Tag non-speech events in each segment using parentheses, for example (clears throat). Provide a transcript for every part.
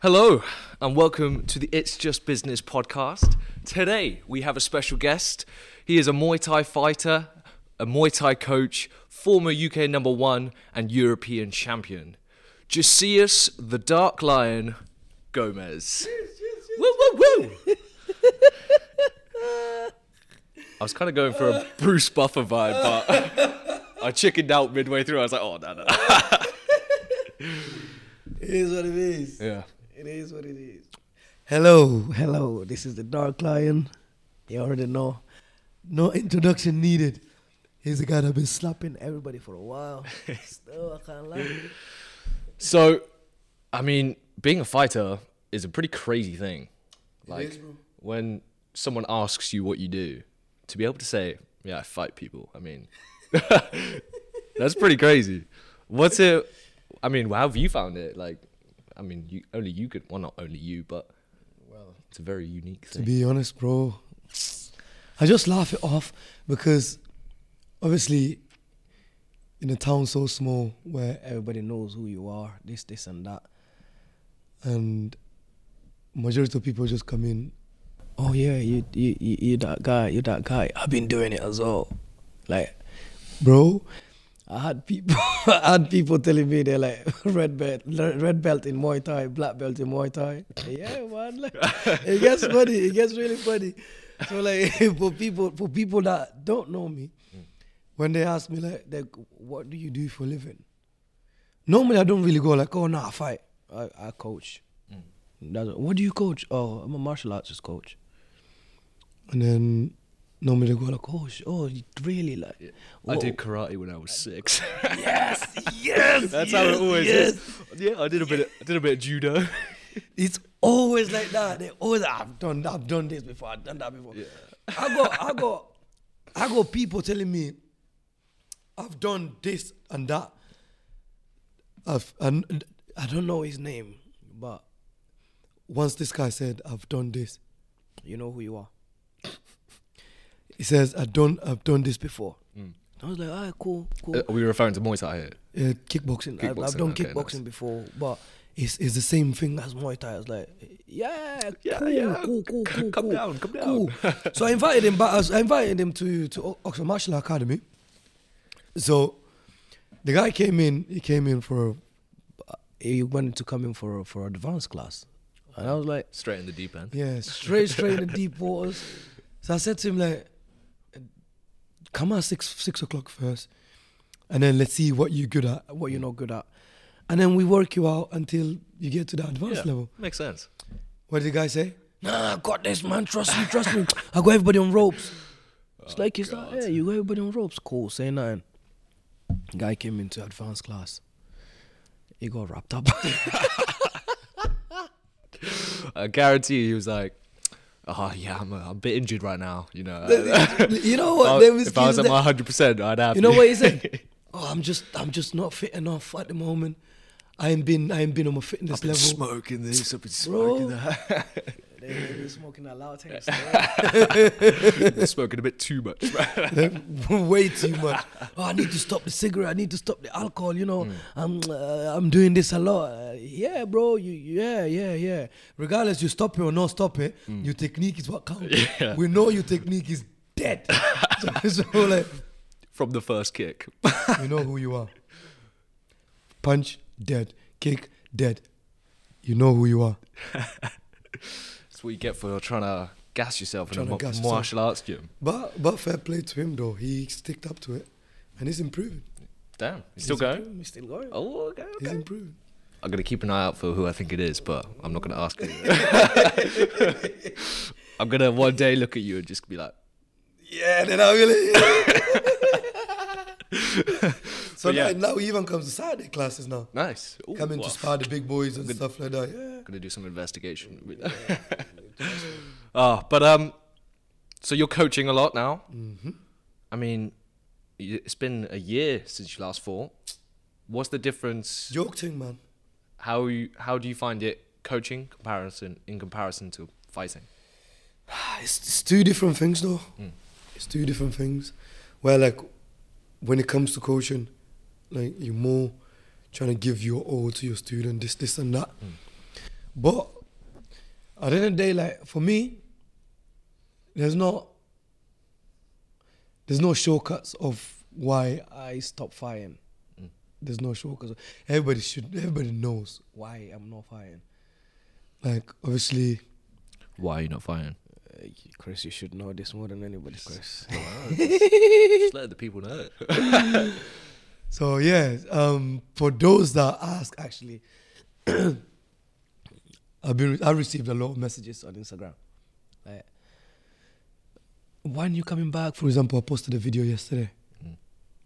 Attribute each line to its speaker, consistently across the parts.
Speaker 1: Hello, and welcome to the It's Just Business podcast. Today, we have a special guest. He is a Muay Thai fighter, a Muay Thai coach, former UK number one, and European champion. Jacius the Dark Lion Gomez. Woo, woo, woo! I was kind of going for a Bruce Buffer vibe, but I chickened out midway through. I was like, oh, no, no. no."
Speaker 2: It is what it is.
Speaker 1: Yeah.
Speaker 2: It is what it is. Hello, hello. This is the Dark Lion. You already know. No introduction needed. He's the guy that been slapping everybody for a while. Still, I can't lie.
Speaker 1: So, I mean, being a fighter is a pretty crazy thing. Like
Speaker 2: is, bro.
Speaker 1: when someone asks you what you do, to be able to say, "Yeah, I fight people." I mean, (laughs) that's pretty crazy. What's it? I mean, how have you found it? Like, I mean, you only you could. Well, not only you, but
Speaker 2: Well,
Speaker 1: it's a very unique
Speaker 2: to
Speaker 1: thing.
Speaker 2: be honest, bro, Oh. I just laugh it off because obviously in a town so small where everybody knows who you are, this, this, and that, and majority of people just come in. Oh yeah, you you you, you that guy, you that guy. I've been doing it as well, like, bro. I had people, (laughs) I had people telling me they're like (laughs) red belt, red belt in Muay Thai, black belt in Muay Thai. Yeah, man, like, it gets funny. It gets really funny. So like (laughs) for people, for people that don't know me, when they ask me like, like what do you do for a living? Normally I don't really go like, oh nah, I fight. I, I coach.
Speaker 1: Mm.
Speaker 2: That's, what do you coach? Oh, I'm a martial arts coach. And then normally they go like, oh, sh- oh, you really like?
Speaker 1: I
Speaker 2: Whoa.
Speaker 1: did karate when I was six. (laughs)
Speaker 2: Yes, yes.
Speaker 1: that's
Speaker 2: yes,
Speaker 1: how it always
Speaker 2: yes.
Speaker 1: is. Yeah, I did a bit. Of, I did a bit of
Speaker 2: (laughs)
Speaker 1: judo.
Speaker 2: It's always like that. They always I've done I've done this before, I've done that before. I got I got I got people telling me I've done this and that. I've and I don't know his name, but once this guy said I've done this, you know who you are. he says I done I've done this before. I was like, alright, cool, cool.
Speaker 1: Are Uh, we referring to Muay Thai here?
Speaker 2: Uh, kickboxing. I've, I've
Speaker 1: Kickboxing,
Speaker 2: done
Speaker 1: okay,
Speaker 2: kickboxing
Speaker 1: nice.
Speaker 2: before, but it's it's the same thing as Muay Thai. It's like, yeah,
Speaker 1: Yeah,
Speaker 2: cool,
Speaker 1: yeah,
Speaker 2: cool, cool,
Speaker 1: c-
Speaker 2: cool,
Speaker 1: come
Speaker 2: cool,
Speaker 1: down, come down.
Speaker 2: cool. (laughs) so I invited him back. I was- I invited him to to O- Oxford Martial Academy. So the guy came in. He came in for. He wanted to come in for for advanced class, and I was like,
Speaker 1: Straight in the deep end.
Speaker 2: yeah, straight, straight in the deep waters. So I said to him like, "Come out six six o'clock first, and then let's see what you're good at, what you're not good at, and then we work you out until you get to the advanced level."
Speaker 1: makes sense.
Speaker 2: What did the guy say? Nah, I got this, man. Trust me, trust
Speaker 1: (laughs)
Speaker 2: me. I got everybody on ropes.
Speaker 1: Oh,
Speaker 2: It's like it's like, yeah, you got everybody on ropes. Cool, say nothing. Guy came into advanced class. He got wrapped up. (laughs)
Speaker 1: I guarantee he was like, oh yeah, I'm a, I'm a bit injured right now. You know,
Speaker 2: you
Speaker 1: (laughs)
Speaker 2: know
Speaker 1: I-
Speaker 2: what? There was
Speaker 1: if I was at
Speaker 2: kids
Speaker 1: my 100, percent I'd have.
Speaker 2: You know
Speaker 1: (laughs)
Speaker 2: what he said? oh, I'm just I'm just not fit enough at the moment. I ain't been I ain't been on my fitness
Speaker 1: I've been
Speaker 2: level.
Speaker 1: smoking this. I've been
Speaker 2: Bro.
Speaker 1: smoking that.
Speaker 2: they, smoking that loud (laughs) thing.
Speaker 1: I've been (laughs) smoking a bit too much. (laughs)
Speaker 2: Way too much. Oh, I need to stop the cigarette. I need to stop the alcohol. You
Speaker 1: Mm.
Speaker 2: know, I'm uh, I'm doing this a lot. Uh, yeah, bro. You yeah yeah yeah. Regardless, you stop it or not stop it, your technique is what counts.
Speaker 1: Mm. (laughs) Yeah.
Speaker 2: We know your technique is
Speaker 1: (laughs)
Speaker 2: dead. (laughs) so, so like,
Speaker 1: From the first kick, (laughs)
Speaker 2: you know who you are. Punch dead, kick dead. You know who you are.
Speaker 1: that's what you get for trying to gas yourself in a
Speaker 2: Tryna
Speaker 1: mo-
Speaker 2: gas yourself.
Speaker 1: martial arts gym.
Speaker 2: But but fair play to him though. He sticked up to it, and he's improving.
Speaker 1: Damn, you still going?
Speaker 2: He's still going.
Speaker 1: Oh, okay,
Speaker 2: He's
Speaker 1: okay.
Speaker 2: improving.
Speaker 1: I'm gonna keep an eye out for who I think it is, but I'm not gonna ask.
Speaker 2: (laughs)
Speaker 1: you. (laughs) I'm gonna one day look at you and just be like,
Speaker 2: Yeah, then I (laughs) really. so
Speaker 1: But yeah.
Speaker 2: now, now he even comes to Saturday classes now.
Speaker 1: nice. Ooh,
Speaker 2: Coming
Speaker 1: wow.
Speaker 2: to spar the big boys and stuff like that. Yeah.
Speaker 1: gonna do some investigation. (laughs) Ah, but um, so you're coaching a lot now. Mm-hmm. I mean, y- it's been a year since you last fought. What's the difference?
Speaker 2: Joke thing, man.
Speaker 1: How you, how do you find it coaching comparison in comparison to fighting?
Speaker 3: Ah,
Speaker 2: It's, it's two different things though. It's two different things. Where like when it comes to coaching, like you're more trying to give your all to your student, this, this and that.
Speaker 3: But at the end of the day, like for me, there's no there's no shortcuts of why I stopped fighting. There's no shortcuts. Everybody should everybody knows why I'm not fighting. Like obviously
Speaker 1: Why are you not fighting?
Speaker 3: Chris, you should know this more than anybody, Chris.
Speaker 1: Just let the people know.
Speaker 3: So yeah, um, for those that ask, actually, (clears throat) I've been I received a lot of messages on Instagram. Like, when you coming back? For example, I posted a video yesterday.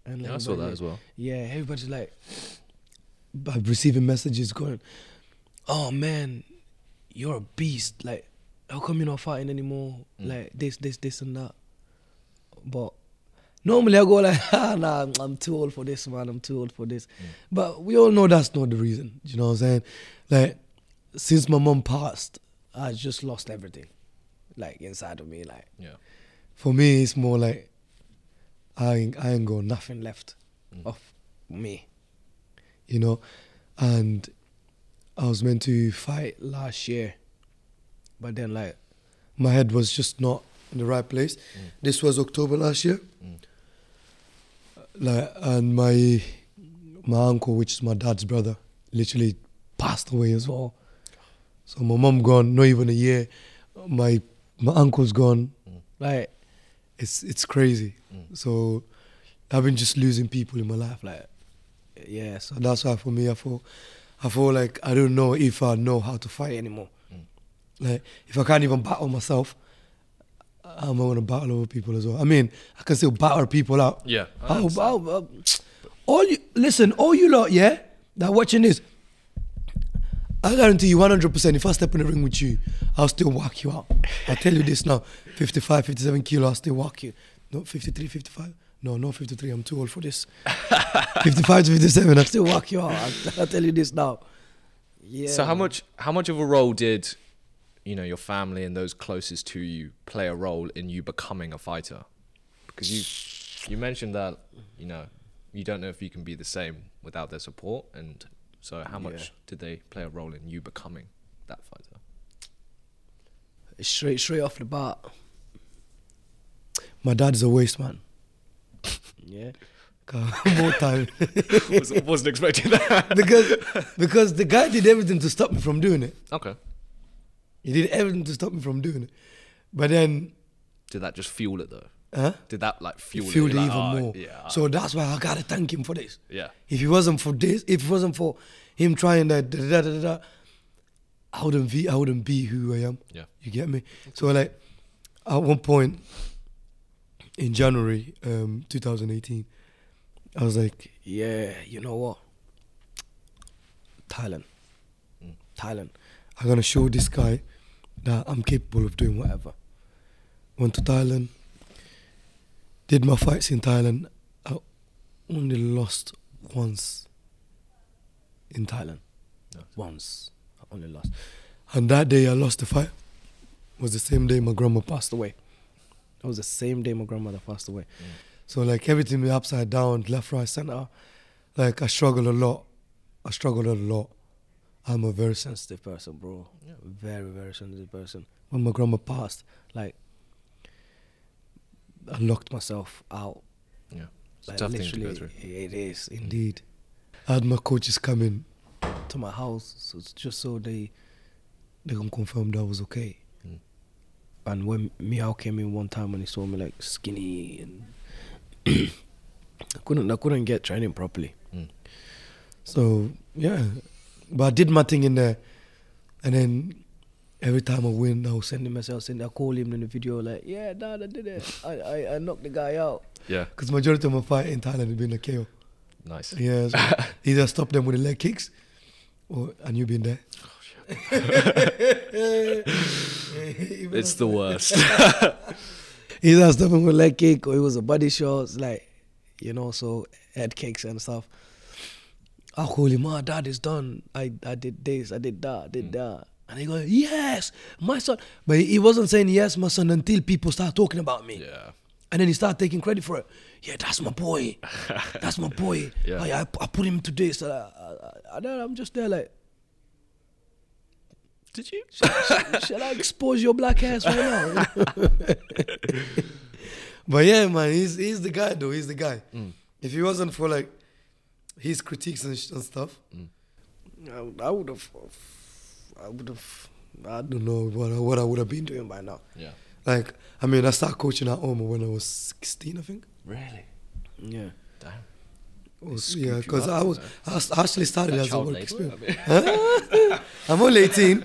Speaker 3: And
Speaker 1: Yeah, I saw that as well.
Speaker 3: Yeah, everybody's like, I'm receiving messages going, "Oh man, you're a beast! Like, how come you're not fighting anymore? Like this, this, this, and that." But normally I go like, (laughs) ah, nah, I'm- I'm too old for this, man. I'm too old for this. But we all know that's not the reason. You know what I'm saying? Like, since my mom passed, I just lost everything, like inside of me. Like,
Speaker 1: Yeah.
Speaker 3: for me, it's more like I ain't, I ain't got nothing left of me, you know. And I was meant to fight last year, but then like my head was just not in the right place. This was October last year, like and my my uncle, which is my dad's brother, literally passed away as well. So my mom gone, not even a year. My my uncle's gone. Like it's it's crazy. So I've been just losing people in my life. Like yeah, so that's why for me I feel I feel like I don't know if I know how to fight anymore. Like if I can't even battle myself, I'm gonna battle other people as well. I mean, I can still battle people out.
Speaker 1: Yeah, I
Speaker 3: Oh, wow, wow. All you listen, all you lot, yeah, that watching this. I guarantee you 100%, if I step in the ring with you, I'll still whack you out. I tell you this now 55, 57 kilo, I'll still whack you. No, 53, 55. No, no, 53, I'm too old for this. 55 to 57, I'll still whack you out. I'll, I'll tell you this now. Yeah.
Speaker 1: So how much how much of a role did you know your family and those closest to you play a role in you becoming a fighter? Because you you mentioned that you know you don't know if you can be the same without their support, and so how much
Speaker 3: Yeah.
Speaker 1: did they play a role in you becoming that fighter? (laughs)
Speaker 3: straight straight off the bat. My dad's a waste man. yeah. (laughs) More time.
Speaker 1: Was, wasn't expecting that.
Speaker 3: because because the guy did everything to stop me from doing it.
Speaker 1: Okay.
Speaker 3: He did everything to stop me from doing it. But then,
Speaker 1: Did that just fuel it though?
Speaker 3: huh?
Speaker 1: Did that like
Speaker 3: He
Speaker 1: fuel it?
Speaker 3: fueled it
Speaker 1: You're
Speaker 3: even
Speaker 1: like, "Ah,
Speaker 3: more.
Speaker 1: Yeah.
Speaker 3: So that's why I gotta thank him for this.
Speaker 1: yeah.
Speaker 3: If it wasn't for this, if it wasn't for him trying that, da, da, da, da, da, I wouldn't be, I wouldn't be who I am.
Speaker 1: Yeah.
Speaker 3: You get me? So like, at one point in January, um, 2018, I was like, yeah, you know what? Thailand,
Speaker 1: Mm.
Speaker 3: Thailand. I'm gonna show this guy that I'm capable of doing whatever. Went to Thailand, did my fights in Thailand. I only lost once in Thailand.
Speaker 1: Nice.
Speaker 3: Once. I only lost. And that day I lost the fight was the same day my grandma passed away. That was the same day my grandmother passed away. So like everything was upside down, left, right, center. Like I struggled a lot. I struggled a lot. I'm a very sensitive person, bro. Very, very sensitive person. When my grandma passed, like I locked myself out
Speaker 1: Yeah. It's
Speaker 3: like,
Speaker 1: a tough thing to
Speaker 3: literally,
Speaker 1: go through.
Speaker 3: It is indeed. I had my coaches come in to my house so it's just so they they can confirm that I was okay.
Speaker 1: Mm.
Speaker 3: And when Miao came in one time and he saw me like skinny and I (coughs) couldn't I couldn't get training properly.
Speaker 1: Mm.
Speaker 3: So yeah, but I did my thing in there, and then every time I win, I will send him myself, send I call him in the video like yeah, dad, I did it, I I, I knocked the guy out.
Speaker 1: Yeah.
Speaker 3: Because majority of my fight in Thailand have been a KO.
Speaker 1: Nice.
Speaker 3: (laughs) Yeah, so (laughs) either stop them with the leg kicks, or and you been there. Even (laughs)
Speaker 1: It's the worst. (laughs)
Speaker 3: either stop him with (laughs) leg kick or it was a body shot, like you know, so head kicks and stuff. I call him, my dad is done. I, I did this, I did that, I
Speaker 1: Mm.
Speaker 3: did that. And he goes, yes, my son. But he wasn't saying yes, my son, until people start talking about me.
Speaker 1: yeah.
Speaker 3: And then he started taking credit for it. Yeah, that's my
Speaker 1: (laughs)
Speaker 3: boy. That's my boy.
Speaker 1: Yeah.
Speaker 3: uh, I, I, I put him to this. And, I, I, I, and then I'm just there like,
Speaker 1: Did you?
Speaker 3: Shall I expose your black ass right
Speaker 1: (laughs)
Speaker 3: now? (laughs) but yeah, man, he's he's the guy though. He's the guy. If he wasn't for like his critiques and, sh- and stuff, I would- I would have, I would have, I don't know what I, what I would have been doing by now.
Speaker 1: Yeah.
Speaker 3: Like, I mean, I started coaching at Omo when I was sixteen, I think.
Speaker 1: Really?
Speaker 3: Yeah.
Speaker 1: Damn.
Speaker 3: Was-
Speaker 1: scooped
Speaker 3: yeah,
Speaker 1: you
Speaker 3: because
Speaker 1: up,
Speaker 3: I was
Speaker 1: you
Speaker 3: I was- I actually started
Speaker 1: That
Speaker 3: as a
Speaker 1: child
Speaker 3: work
Speaker 1: labour,
Speaker 3: experience.
Speaker 1: I mean.
Speaker 3: Huh? I'm only
Speaker 1: (laughs)
Speaker 3: 18.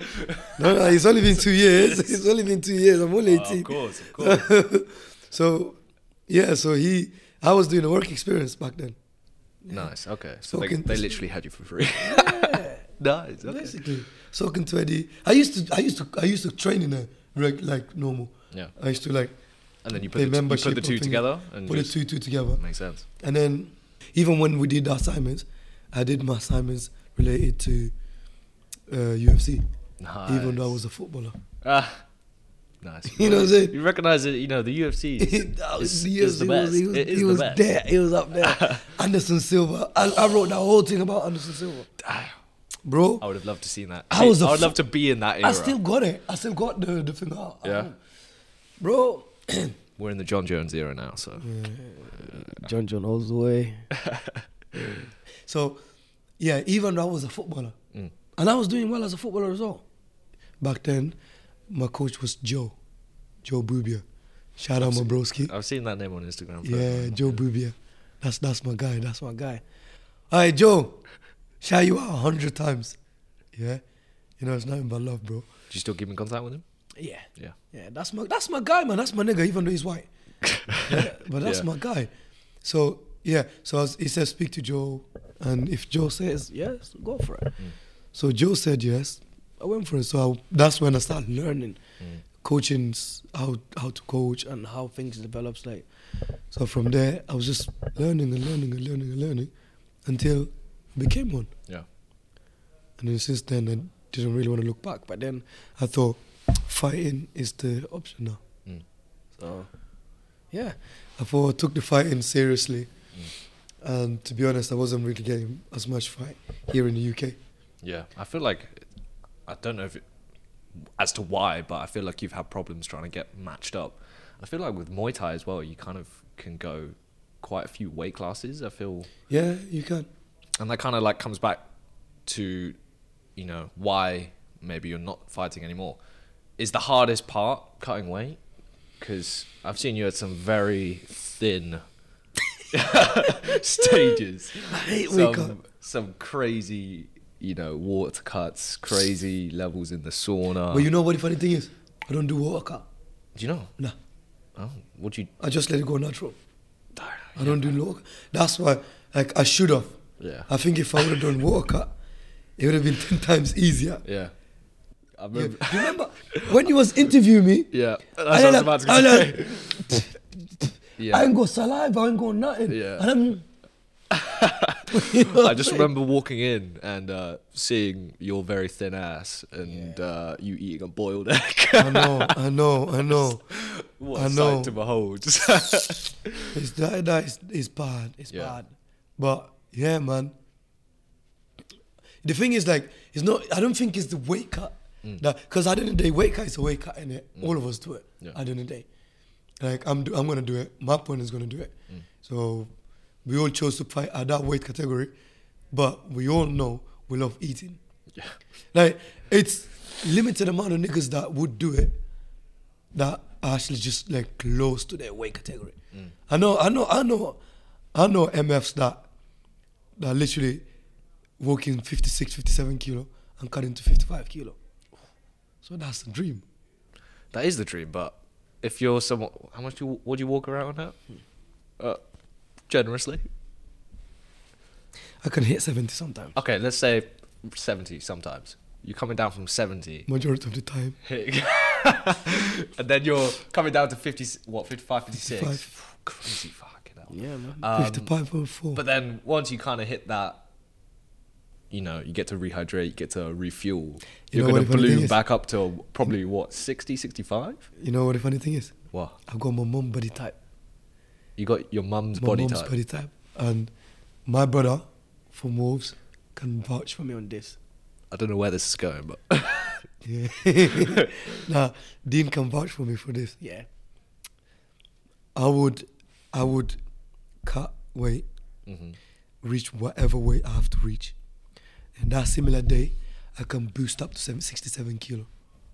Speaker 3: No, no, it's only been two years. (laughs) It's only been two years. I'm only
Speaker 1: Oh,
Speaker 3: 18.
Speaker 1: of course, of course.
Speaker 3: (laughs)
Speaker 1: (laughs)
Speaker 3: so, yeah, so he, I was doing a work experience back then.
Speaker 1: nice. Okay. So they,
Speaker 3: Fucking-
Speaker 1: they literally had you for
Speaker 3: (laughs)
Speaker 1: free. nice. Okay.
Speaker 3: Basically, soaking twenty. I used to, I used to, I used to train in a reg, like normal.
Speaker 1: Yeah.
Speaker 3: I used to like
Speaker 1: And then you put,
Speaker 3: pay
Speaker 1: the, you
Speaker 3: membership.
Speaker 1: put the
Speaker 3: or
Speaker 1: two
Speaker 3: thing-
Speaker 1: together. And
Speaker 3: Put the
Speaker 1: just-
Speaker 3: two two together.
Speaker 1: Makes sense.
Speaker 3: And then, even when we did our assignments, I did my assignments related to uh, UFC,
Speaker 1: Nice.
Speaker 3: even though I was a footballer. (laughs)
Speaker 1: Ah. (laughs) Nice.
Speaker 3: You know what I'm saying?
Speaker 1: You recognize it, you know, the UFC
Speaker 3: (laughs) It- that
Speaker 1: is,
Speaker 3: was
Speaker 1: is
Speaker 3: years,
Speaker 1: the
Speaker 3: it
Speaker 1: best.
Speaker 3: was- it was-
Speaker 1: It is
Speaker 3: It
Speaker 1: the
Speaker 3: was
Speaker 1: best.
Speaker 3: there. It was up there.
Speaker 1: (laughs)
Speaker 3: Anderson Silva. I, I wrote that whole thing about Anderson Silva,
Speaker 1: Damn.
Speaker 3: bro.
Speaker 1: I would have loved to seen that.
Speaker 3: I was a
Speaker 1: I would
Speaker 3: fu-
Speaker 1: love to be in that era.
Speaker 3: I still got it. I still got the the thing out.
Speaker 1: Yeah.
Speaker 3: bro.
Speaker 1: We're in the John Jones era now, so.
Speaker 3: John John all the way. so, yeah, even though I was a footballer,
Speaker 1: Mm.
Speaker 3: and I was doing well as a footballer as well. Back then, my coach was Joe, Joe Bubia. Shout out my broski.
Speaker 1: I've seen that name on Instagram. for-
Speaker 3: Yeah, Joe Bubia. That's that's my guy. That's my guy. All right, Joe. Shout you out a hundred times. Yeah, you know it's nothing but love, bro.
Speaker 1: Do you still keep in contact with him?
Speaker 3: Yeah,
Speaker 1: Yeah.
Speaker 3: yeah. That's my that's my guy, man. That's my nigga, even though he's white. Yeah, but that's
Speaker 1: Yeah.
Speaker 3: my guy. So yeah. So I was- he says speak to Joe, and if Joe says yes, go for it. So Joe said yes. I went for it. So I, that's when I started learning, coaching s- how how to coach and how things develops. Like so from there, I was just learning and learning and learning and learning until I became one.
Speaker 1: Yeah.
Speaker 3: And then since then, I didn't really want to look back. But then I thought fighting is the option now.
Speaker 1: Mm.
Speaker 3: So, yeah. I thought I took the fighting seriously. And to be honest, I wasn't really getting as much fight here in the UK.
Speaker 1: Yeah. I feel like, I don't know if it, as to why, but I feel like you've had problems trying to get matched up. I feel like with Muay Thai as well, you kind of can go quite a few weight classes. I feel
Speaker 3: Yeah, you can.
Speaker 1: and that kind of like comes back to you know why maybe you're not fighting anymore is the hardest part cutting weight because i've seen you at some very thin (laughs) stages
Speaker 3: hate weight cut.
Speaker 1: some, some crazy you know water cuts crazy levels in the sauna
Speaker 3: but you know what the funny thing is? I don't do water cut.
Speaker 1: do you know
Speaker 3: Nah.
Speaker 1: oh what do you
Speaker 3: I just let it go natural. I don't do low. That's why, like, I should have.
Speaker 1: Yeah.
Speaker 3: I think if I would have done water cut, it would have been (laughs) 10 times easier.
Speaker 1: yeah i
Speaker 3: Yeah.
Speaker 1: remember
Speaker 3: Do you remember when you was interviewing me?
Speaker 1: yeah, that's what
Speaker 3: I
Speaker 1: I was about to
Speaker 3: I,
Speaker 1: say.
Speaker 3: yeah. I
Speaker 1: (laughs) yeah
Speaker 3: ain't got saliva, I ain't got nothing.
Speaker 1: Yeah.
Speaker 3: And I'm,
Speaker 1: I just remember walking in and uh, seeing your very thin ass and uh, you eating a boiled (laughs) egg.
Speaker 3: I know, I know, I know.
Speaker 1: what
Speaker 3: I
Speaker 1: a
Speaker 3: know.
Speaker 1: sight to behold. (laughs)
Speaker 3: It's that, that is, it's bad. It's
Speaker 1: Yeah.
Speaker 3: bad. But yeah, man. The thing is, like, it's not. I don't think it's the weight cut.
Speaker 1: Mm.
Speaker 3: Because at the end of the day, weight cut is a weight cut, and all of us do it.
Speaker 1: Yeah.
Speaker 3: At the end of the day, like I'm, do, I'm gonna do it. My opponent is gonna do it.
Speaker 1: Mm.
Speaker 3: So we all chose to fight at that weight category, but we all know we love eating.
Speaker 1: Yeah.
Speaker 3: Like it's limited amount of niggas that would do it that are actually just like close to their weight category.
Speaker 1: Mm.
Speaker 3: I know, I know, I know, I know MFs that that literally walking 56, 57 kilo and cutting to 55 kilo. So that's the dream.
Speaker 1: that is the dream, but if you're someone, how much do you, what do you walk around at?
Speaker 3: Hmm.
Speaker 1: Uh, generously.
Speaker 3: I can hit 70 sometimes,
Speaker 1: Okay, let's say 70 sometimes. You're coming down from
Speaker 3: (laughs)
Speaker 1: 70.
Speaker 3: majority of the time.
Speaker 1: hitting- (laughs) and then you're coming down to 50, what, 55, 56?
Speaker 3: 55.
Speaker 1: Crazy fucking hell.
Speaker 4: Yeah, man.
Speaker 3: uh,
Speaker 1: Um,
Speaker 3: 55.4.
Speaker 1: But then once you kind of hit that, you know, you get to rehydrate, you get to refuel.
Speaker 3: You
Speaker 1: You're
Speaker 3: know
Speaker 1: going
Speaker 3: what
Speaker 1: to
Speaker 3: the funny thing
Speaker 1: balloon
Speaker 3: is?
Speaker 1: back up to probably what, 60, 65?
Speaker 3: you know what the funny thing is?
Speaker 1: What?
Speaker 3: I've got my mum body type.
Speaker 1: You got your mum's
Speaker 3: my
Speaker 1: body
Speaker 3: mom's
Speaker 1: type.
Speaker 3: body type. And my brother
Speaker 1: (laughs)
Speaker 3: from Wolves can vouch for me (laughs) on this.
Speaker 1: I don't know where this is going, but (laughs)
Speaker 3: Yeah. nah, Dean can vouch for me for this.
Speaker 1: Yeah.
Speaker 3: I would, I would cut weight,
Speaker 1: Mhm.
Speaker 3: reach whatever weight I have to reach, and that similar day, I can boost up to seven, 67 kilo.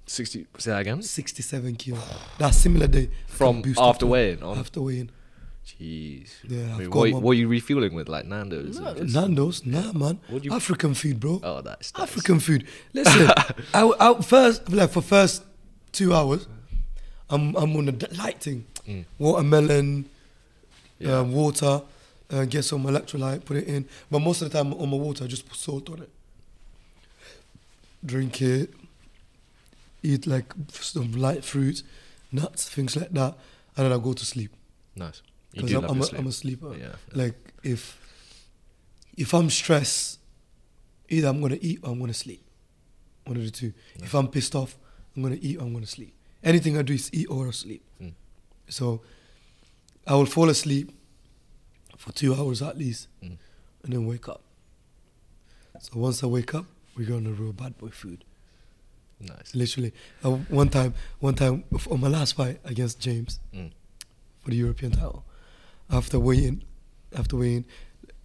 Speaker 1: 60. Say that again?
Speaker 3: 67
Speaker 1: (sighs)
Speaker 3: kilo. That similar day. I can
Speaker 1: From
Speaker 3: boost up
Speaker 1: after
Speaker 3: to-
Speaker 1: weighing on.
Speaker 3: After weighing.
Speaker 1: Jeez.
Speaker 3: Yeah,
Speaker 1: I
Speaker 3: I've
Speaker 1: mean,
Speaker 3: got
Speaker 1: what,
Speaker 3: one.
Speaker 1: what are you refueling with? Like Nando's?
Speaker 3: Nah,
Speaker 1: and just-
Speaker 3: Nando's, nah, man.
Speaker 1: What do you-
Speaker 3: African food, bro.
Speaker 1: Oh, that's. that's
Speaker 3: African food.
Speaker 1: (laughs)
Speaker 3: Listen, I, I first like for first two hours, I'm I'm on the d- light thing,
Speaker 1: Mm.
Speaker 3: watermelon,
Speaker 1: Yeah.
Speaker 3: uh, water, uh, get some electrolyte, put it in. But most of the time on my water, I just put salt on it. Drink it. Eat like some light fruit, nuts, things like that, and then I go to sleep
Speaker 1: Nice. You
Speaker 3: because
Speaker 1: do
Speaker 3: I'm,
Speaker 1: love
Speaker 3: I'm,
Speaker 1: your
Speaker 3: a-
Speaker 1: sleep.
Speaker 3: I'm a sleeper.
Speaker 1: Yeah.
Speaker 3: Like if if I'm stressed, either I'm gonna eat or I'm gonna sleep. One of the two. If I'm pissed off, I'm gonna eat or I'm gonna sleep. Anything I do is eat or sleep.
Speaker 1: Mm.
Speaker 3: So I will fall asleep for two hours at least,
Speaker 1: Mm.
Speaker 3: and then wake up. So once I wake up, we go on a real bad boy food.
Speaker 1: Nice.
Speaker 3: Literally, uh, one time, one time f- on my last fight against James
Speaker 1: Mm.
Speaker 3: for the European title, after waiting, after waiting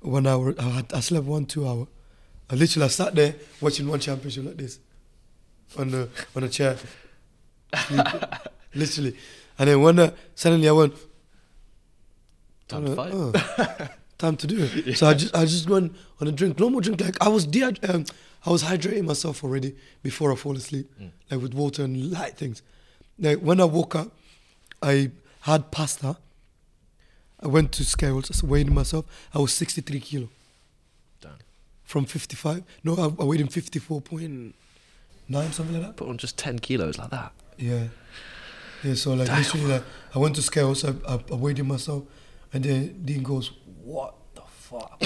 Speaker 3: one hour, I, had, I slept one two hour. I literally I sat there watching one championship like this, on the on a chair, sleeping. literally, and then when uh, suddenly I went,
Speaker 1: Time to
Speaker 3: uh,
Speaker 1: fight.
Speaker 3: uh, time to do
Speaker 1: (laughs)
Speaker 3: it. So I just I just went on a drink, normal drink. Like I was dehyd- um, I was hydrating myself already before I fall asleep,
Speaker 1: Mm.
Speaker 3: like with water and light things. Like when I woke up, I had pasta. I went to scales, just weighed myself. I was 63 kilo
Speaker 1: Done.
Speaker 3: from 55. No, I, I weighed in 54.9, something like that.
Speaker 1: Put on just 10 kilos like that.
Speaker 3: Yeah. Yeah, so like literally like I went to scales, I, I, I weighed it myself and then Dean goes, What
Speaker 1: (coughs)
Speaker 3: the fuck?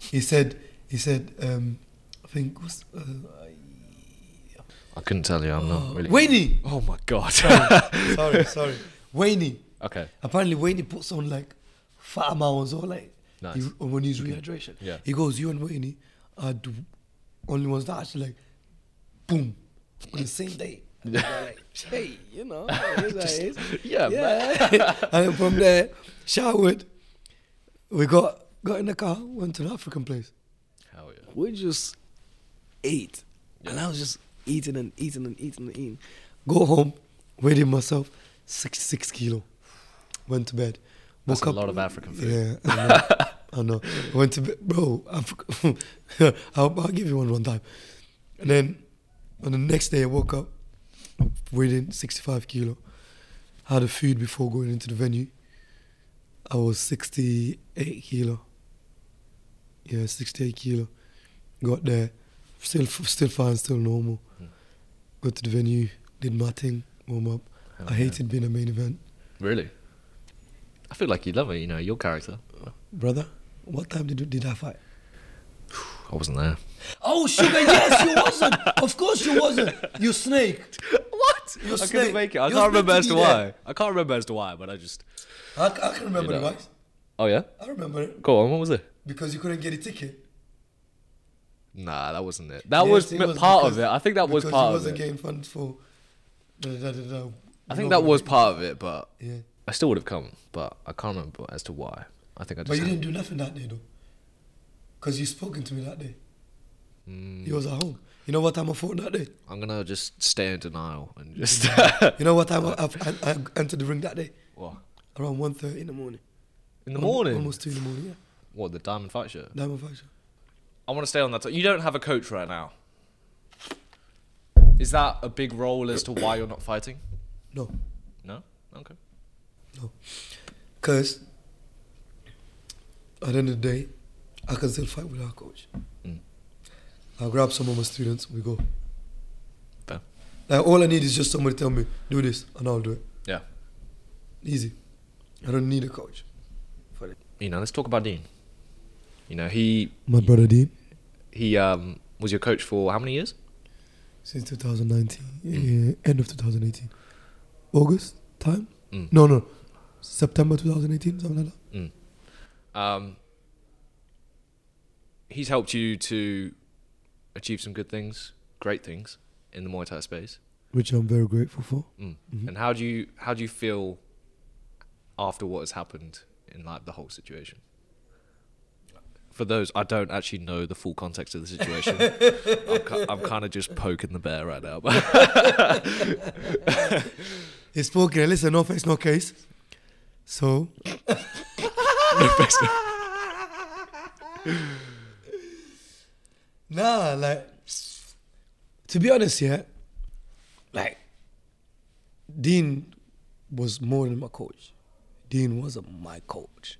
Speaker 3: he said he said, um I think was uh,
Speaker 1: I couldn't tell you. I'm not really.
Speaker 3: Wayne.
Speaker 1: (coughs) Oh my god.
Speaker 3: Uh, sorry, sorry. Wayne.
Speaker 1: (laughs) okay.
Speaker 3: Apparently Wayne puts on like fat amounts or like
Speaker 1: Nice.
Speaker 3: he, when he's (laughs) rehydration.
Speaker 1: yeah.
Speaker 3: He goes, You and Wayne are the only ones that actually like boom on the same day. And they're like, hey, you know, it is what it
Speaker 1: (laughs)
Speaker 3: is.
Speaker 1: Yeah,
Speaker 3: (laughs) yeah. and then from there, showered. We got got in the car, went to the African place.
Speaker 1: Hell yeah.
Speaker 3: We just ate, and I was just eating and eating and eating and eating. Go home, weighed in myself, sixty-six kilo. Went to bed.
Speaker 1: That's
Speaker 3: Woke
Speaker 1: a
Speaker 3: up-
Speaker 1: lot of African food.
Speaker 3: Yeah, I know. I know. I went to bed, bro. Africa, (laughs) I'll, I'll give you one one time. And then on the next day, I woke up, weighed in sixty-five kilo. Had a food before going into the venue. I was 68 kilo. Yeah, 68 kilo. Got there, still still fine, still normal. Got to the venue, did my thing, warm up. I
Speaker 1: Okay.
Speaker 3: hated being a main event,
Speaker 1: Really? I feel like you love it, you know, your character.
Speaker 3: brother. What time did you- did I fight?
Speaker 1: I wasn't there.
Speaker 3: Oh, sugar! Yes, you wasn't. Of course, you wasn't. You snake.
Speaker 1: What?
Speaker 3: You're
Speaker 1: I couldn't
Speaker 3: snake.
Speaker 1: make it. I
Speaker 3: You're
Speaker 1: can't
Speaker 3: meant
Speaker 1: remember
Speaker 3: to
Speaker 1: as to
Speaker 3: be there.
Speaker 1: why. I can't remember as to why, but I just.
Speaker 3: I, c- I can remember
Speaker 1: You know.
Speaker 3: the fight.
Speaker 1: Oh yeah.
Speaker 3: I remember it
Speaker 1: Go on. What was it?
Speaker 3: because you couldn't get a ticket.
Speaker 1: Nah, that wasn't it. That
Speaker 3: Yes,
Speaker 1: was
Speaker 3: it
Speaker 1: m- part
Speaker 3: because-
Speaker 1: of it. I think that was
Speaker 3: because
Speaker 1: part
Speaker 3: it
Speaker 1: of
Speaker 3: wasn't
Speaker 1: it.
Speaker 3: getting funds for. Da, da, da, da, da.
Speaker 1: I think that was part of it, but
Speaker 3: Yeah,
Speaker 1: I still would have come, but I can't remember as to why. I think I just.
Speaker 3: but you
Speaker 1: had-
Speaker 3: didn't do nothing that day though, because you spoken to me that day.
Speaker 1: Mm,
Speaker 3: He was at home. You know what time I fought that day?
Speaker 1: I'm gonna just stay in denial and just. (laughs)
Speaker 3: You know what time I, I, I, I entered the ring that day?
Speaker 1: what?
Speaker 3: Around 1.30 in the (laughs) morning.
Speaker 1: In the
Speaker 3: Al-
Speaker 1: morning.
Speaker 3: Almost 2 in the morning, yeah.
Speaker 1: What the diamond fight shirt?
Speaker 3: Diamond Faction.
Speaker 1: I want to stay on that. you don't have a coach right now. Is that a big role as to why you're not fighting?
Speaker 3: No,
Speaker 1: No. Okay.
Speaker 3: no. Because at the end of the day, I can still fight with our coach.
Speaker 1: Mm.
Speaker 3: I'll grab some of my students, we go.
Speaker 1: Fair.
Speaker 3: Like, all I need is just somebody tell me, do this, and I'll do it.
Speaker 1: Yeah.
Speaker 3: Easy. I don't need a coach. For it.
Speaker 1: You know, let's talk about Dean. You know, he
Speaker 3: My brother Dean,
Speaker 1: he um, was your coach for how many years?
Speaker 3: since 2019,
Speaker 1: Mm.
Speaker 3: uh, end of 2018. August time?
Speaker 1: Mm.
Speaker 3: No, no. September 2018, something like that.
Speaker 1: Um, he's helped you to achieve some good things, great things in the Muay Thai space.
Speaker 3: which I'm very grateful for.
Speaker 1: Mm. And how do you how do you feel after what has happened in like the whole situation? For those I don't actually know the full context of the situation, I'm, ki- I'm kind of just poking the bear right now. (laughs) But
Speaker 3: It's spoken. Listen, no face, no case. So Nah, like to be honest, yeah, like Dean was more than my coach. Dean wasn't my coach.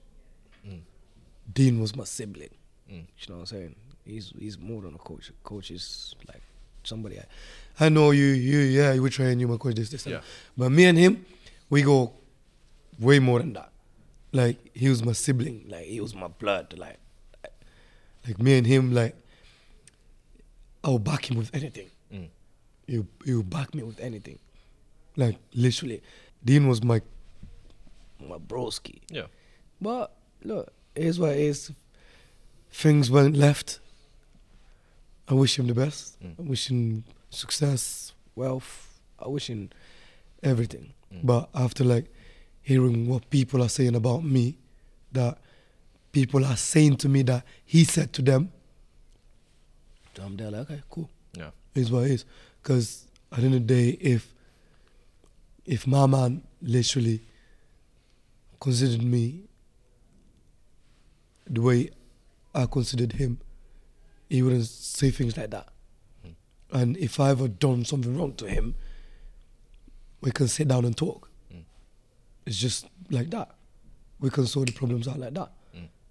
Speaker 3: Dean was my sibling.
Speaker 1: Mm.
Speaker 3: You know what I'm saying? He's he's more than a coach. Coach is like somebody I, I know you, you, yeah, we train you, my coach, this, this, and
Speaker 1: Yeah.
Speaker 3: that. But me and him, we go way more than that. Like he was my sibling. Like he was my blood. Like like me and him, like I'll back him with anything.
Speaker 1: Mm.
Speaker 3: He'll, he'll back me with anything. Like literally, Dean was my my broski.
Speaker 1: yeah,
Speaker 3: But look, here's what it is. Things went left. I wish him the best.
Speaker 1: Mm.
Speaker 3: I wish him success, wealth. I wish him everything. But after like hearing what people are saying about me, that people are saying to me that he said to them, I'm there like, okay, cool
Speaker 1: yeah,
Speaker 3: is what it is. Because at the end of the day, if if my man literally considered me the way I considered him, he wouldn't say things like that. And if I ever done something wrong to him, we can sit down and talk. It's just like that. We can sort the problems out like that.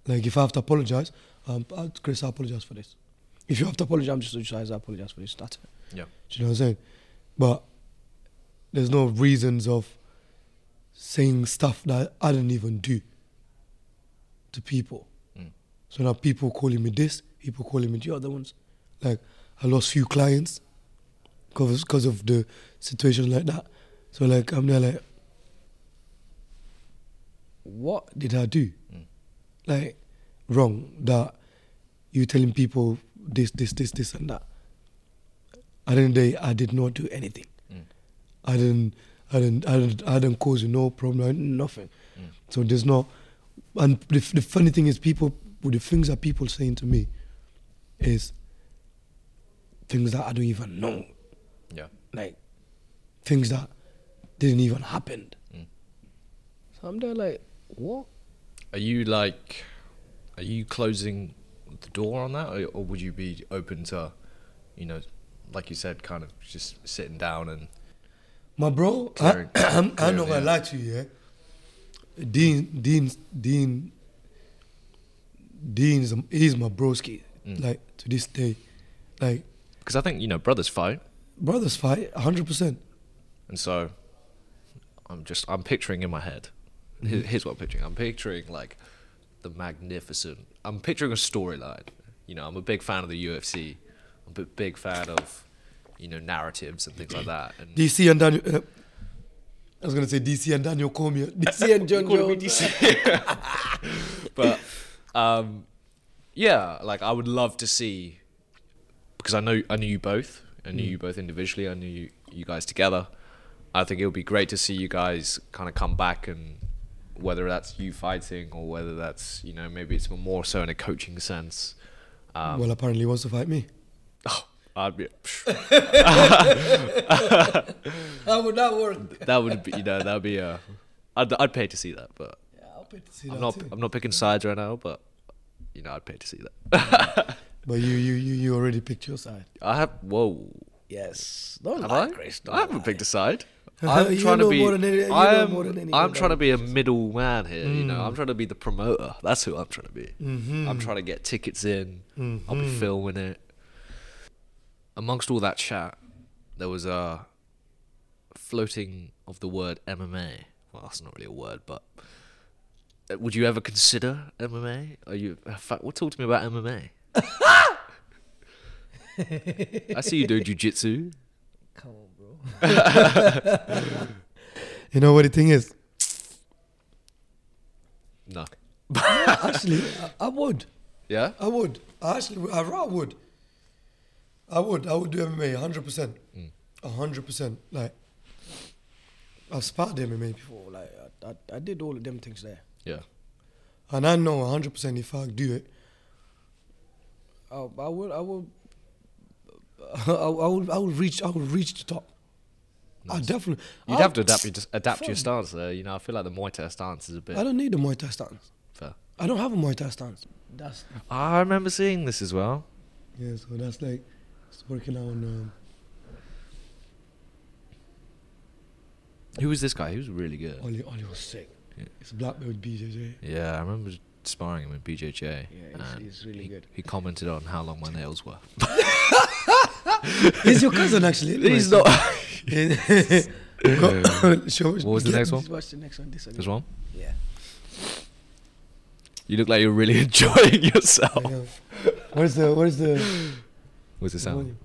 Speaker 3: Like if I have to apologize, um, I- Chris, I apologize for this. If you have to apologize, I'm just apologize. I apologize for this. That's it.
Speaker 1: yeah,
Speaker 3: Do you know what I'm saying? But there's no reasons of saying stuff that I didn't even do to people. So now people calling me this, people calling me the other ones. Like I lost few clients because of the situation like that. So like I'm there like, what did I do? Like wrong that you telling people this, this, this, this, and that at the end of the day, I did not do anything. I didn't, I didn't, I didn't, I didn't cause you no problem, I- nothing. So there's no, and the, the funny thing is, people, the things that people saying to me, is things that I don't even know,
Speaker 1: yeah,
Speaker 3: like things that didn't even happen. So I'm there like, what?
Speaker 1: Are you like, are you closing the door on that, or, or would you be open to, you know, like you said, kind of just sitting down and
Speaker 3: My bro,
Speaker 1: Clearing-
Speaker 3: I, (clears throat) I'm, I'm not
Speaker 1: clearing the
Speaker 3: gonna lie to you. Yeah? Dean, Dean, Dean, Dean's he's my broski.
Speaker 1: Mm.
Speaker 3: Like to this day, like
Speaker 1: because I think you know brothers fight,
Speaker 3: brothers fight 100. percent
Speaker 1: and so I'm just I'm picturing in my head. Here- Here's what I'm picturing. I'm picturing like the magnificent. I'm picturing a storyline. You know, I'm a big fan of the UFC. I'm a bi- big fan of you know narratives and things like that. And
Speaker 3: DC and Daniel. Uh, I was gonna say DC and Daniel (laughs) Cormier. DC and
Speaker 1: (laughs)
Speaker 3: John
Speaker 1: You call it
Speaker 3: Jones.
Speaker 1: BDC. but um, yeah, like I would love to see because I know I knew you both. I
Speaker 3: Mm.
Speaker 1: knew you both individually. I knew you, you guys together. I think it would be great to see you guys kind of come back and whether that's you fighting or whether that's you know maybe it's more so in a coaching sense. Um,
Speaker 3: well, apparently he wants to fight me.
Speaker 1: oh, I'd be
Speaker 3: (laughs)
Speaker 1: (laughs)
Speaker 3: How would that work?
Speaker 1: that would be you know that'd be uh, I'd I'd pay to see that, but
Speaker 3: Yeah, I'll pay to see
Speaker 1: I'm
Speaker 3: that
Speaker 1: not
Speaker 3: too.
Speaker 1: I'm not picking sides right now, but you know I'd pay to see that.
Speaker 3: But you, you, you, you already picked your side.
Speaker 1: I have. Whoa.
Speaker 3: Yes. Don't
Speaker 1: Have
Speaker 3: lie,
Speaker 1: I?
Speaker 3: Chris.
Speaker 1: I
Speaker 3: Don't
Speaker 1: haven't
Speaker 3: lie.
Speaker 1: picked a
Speaker 3: (laughs)
Speaker 1: side.
Speaker 3: You
Speaker 1: I'm trying to
Speaker 3: know
Speaker 1: be.
Speaker 3: more than any- you
Speaker 1: I
Speaker 3: know
Speaker 1: am.
Speaker 3: more than any
Speaker 1: I'm
Speaker 3: other Mm.
Speaker 1: trying to be a middle man here. You know, I'm trying to be the promoter. That's who I'm trying to be.
Speaker 3: Mm-hmm.
Speaker 1: I'm trying to get tickets in. I'll be filming it. Amongst all that chat, there was a floating of the word MMA. Well, that's not really a word, but uh, would you ever consider MMA? Are you? in fact, Well, talk to me about MMA.
Speaker 3: (laughs)
Speaker 1: I see you do jujitsu.
Speaker 3: Come on, bro. you know what the thing is?
Speaker 1: No.
Speaker 3: Actually, I, I would.
Speaker 1: Yeah.
Speaker 3: I
Speaker 1: Mm.
Speaker 3: would. I actually, would. I, I would. I would. I would do MMA 100%. hundred percent. Like I've sparred MMA before. Like I, I, I did all of them things there,
Speaker 1: Yeah.
Speaker 3: Oh, and I know hundred percent if I do it, I, I will. I will. (laughs) I, I will. I will reach. I will reach the top. I definitely.
Speaker 1: You'd
Speaker 3: I'll-
Speaker 1: have to adapt your, adapt your
Speaker 3: Fuck.
Speaker 1: stance there. You know, I feel like the Muay Thai stance is a bit
Speaker 3: I don't need a Muay Thai stance.
Speaker 1: fair.
Speaker 3: I don't have a Muay Thai stance. That's
Speaker 1: I remember seeing this as well.
Speaker 3: yeah. So that's like it's working out on. Um,
Speaker 1: Who was this guy? He was really good.
Speaker 3: Ollie, Ollie was sick.
Speaker 1: Yeah.
Speaker 3: It's black belt BJJ.
Speaker 1: Yeah, I remember sparring him in BJJ.
Speaker 3: he's-
Speaker 1: and
Speaker 3: he's really
Speaker 1: he, (laughs)
Speaker 3: good.
Speaker 1: He commented on how long my nails were.
Speaker 3: (laughs) He's your cousin, actually. (laughs)
Speaker 1: He's not. (laughs)
Speaker 3: Go- show-
Speaker 1: What was the
Speaker 3: get-
Speaker 1: next one?
Speaker 3: What's the next one? This one.
Speaker 1: There's one.
Speaker 3: Yeah.
Speaker 1: You look like you're really (laughs) enjoying yourself.
Speaker 3: (laughs) Yeah. Where's the Where's the
Speaker 1: What's the sound?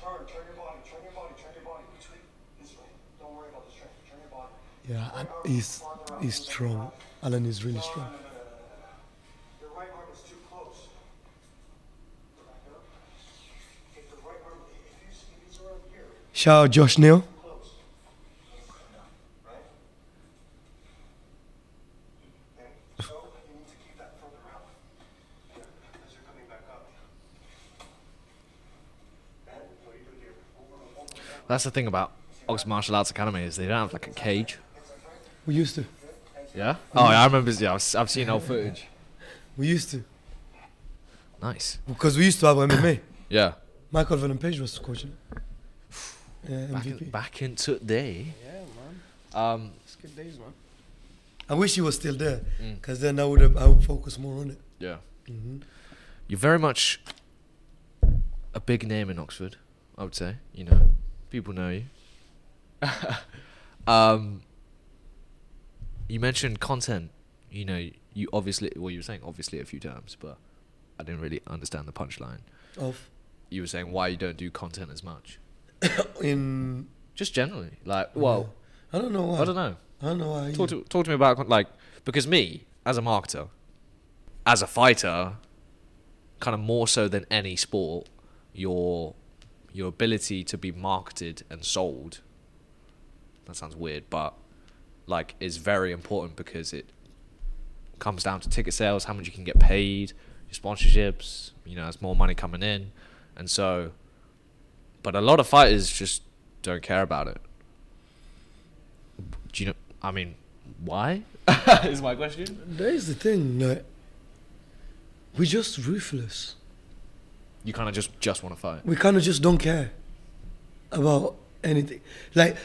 Speaker 4: Turn, turn your body, turn your body, turn your body. Between this way. Don't worry about the strength. Turn your body.
Speaker 3: Yeah, and he's he's strong. Alan is really strong.
Speaker 4: Your right arm is too close. Back up. If the right arm, if you see these around here,
Speaker 3: Shout out Josh Neal.
Speaker 4: close. Right? Okay? So you need to keep that further out. Yeah, as you're coming back up. And what do you do here? Over and over.
Speaker 1: That's the thing about Ox Martial Arts Academy is they don't have like a cage.
Speaker 3: We used to.
Speaker 1: Yeah. Oh, yeah, I remember. Yeah, I've, s- I've seen old footage.
Speaker 3: We used to
Speaker 1: Nice.
Speaker 3: because we used to
Speaker 1: (clears throat)
Speaker 3: have MMA.
Speaker 1: Yeah.
Speaker 3: Michael Van Page was coaching. Yeah,
Speaker 1: Back,
Speaker 3: MVP.
Speaker 1: in, back in today.
Speaker 3: Yeah, man.
Speaker 1: Um,
Speaker 3: It's good days, man. I wish he was still there,
Speaker 1: Mm.
Speaker 3: because then I would I would focus more on it.
Speaker 1: yeah. Mm-hmm. You're very much a big name in Oxford, I would say. You know, people know you. um, you mentioned content. You know, you obviously, well, you were saying obviously a few times, but I didn't really understand the punchline.
Speaker 3: Of (coughs)
Speaker 1: You were saying why you don't do content as much.
Speaker 3: in
Speaker 1: Just generally, like, well,
Speaker 3: I don't know why.
Speaker 1: I don't know.
Speaker 3: I don't know why.
Speaker 1: Talk to, talk to me about con- like because me as a marketer, as a fighter, kind of more so than any sport, your your ability to be marketed and sold. That sounds weird, but like is very important because it comes down to ticket sales, how much you can get paid, your sponsorships. You know, there's more money coming in, and so. But a lot of fighters just don't care about it do you know? I mean,
Speaker 3: (laughs)
Speaker 1: why? is my question.
Speaker 3: That is the thing. Like, we just ruthless.
Speaker 1: You kind of just just want to fight.
Speaker 3: We kind of just don't care about anything. Like,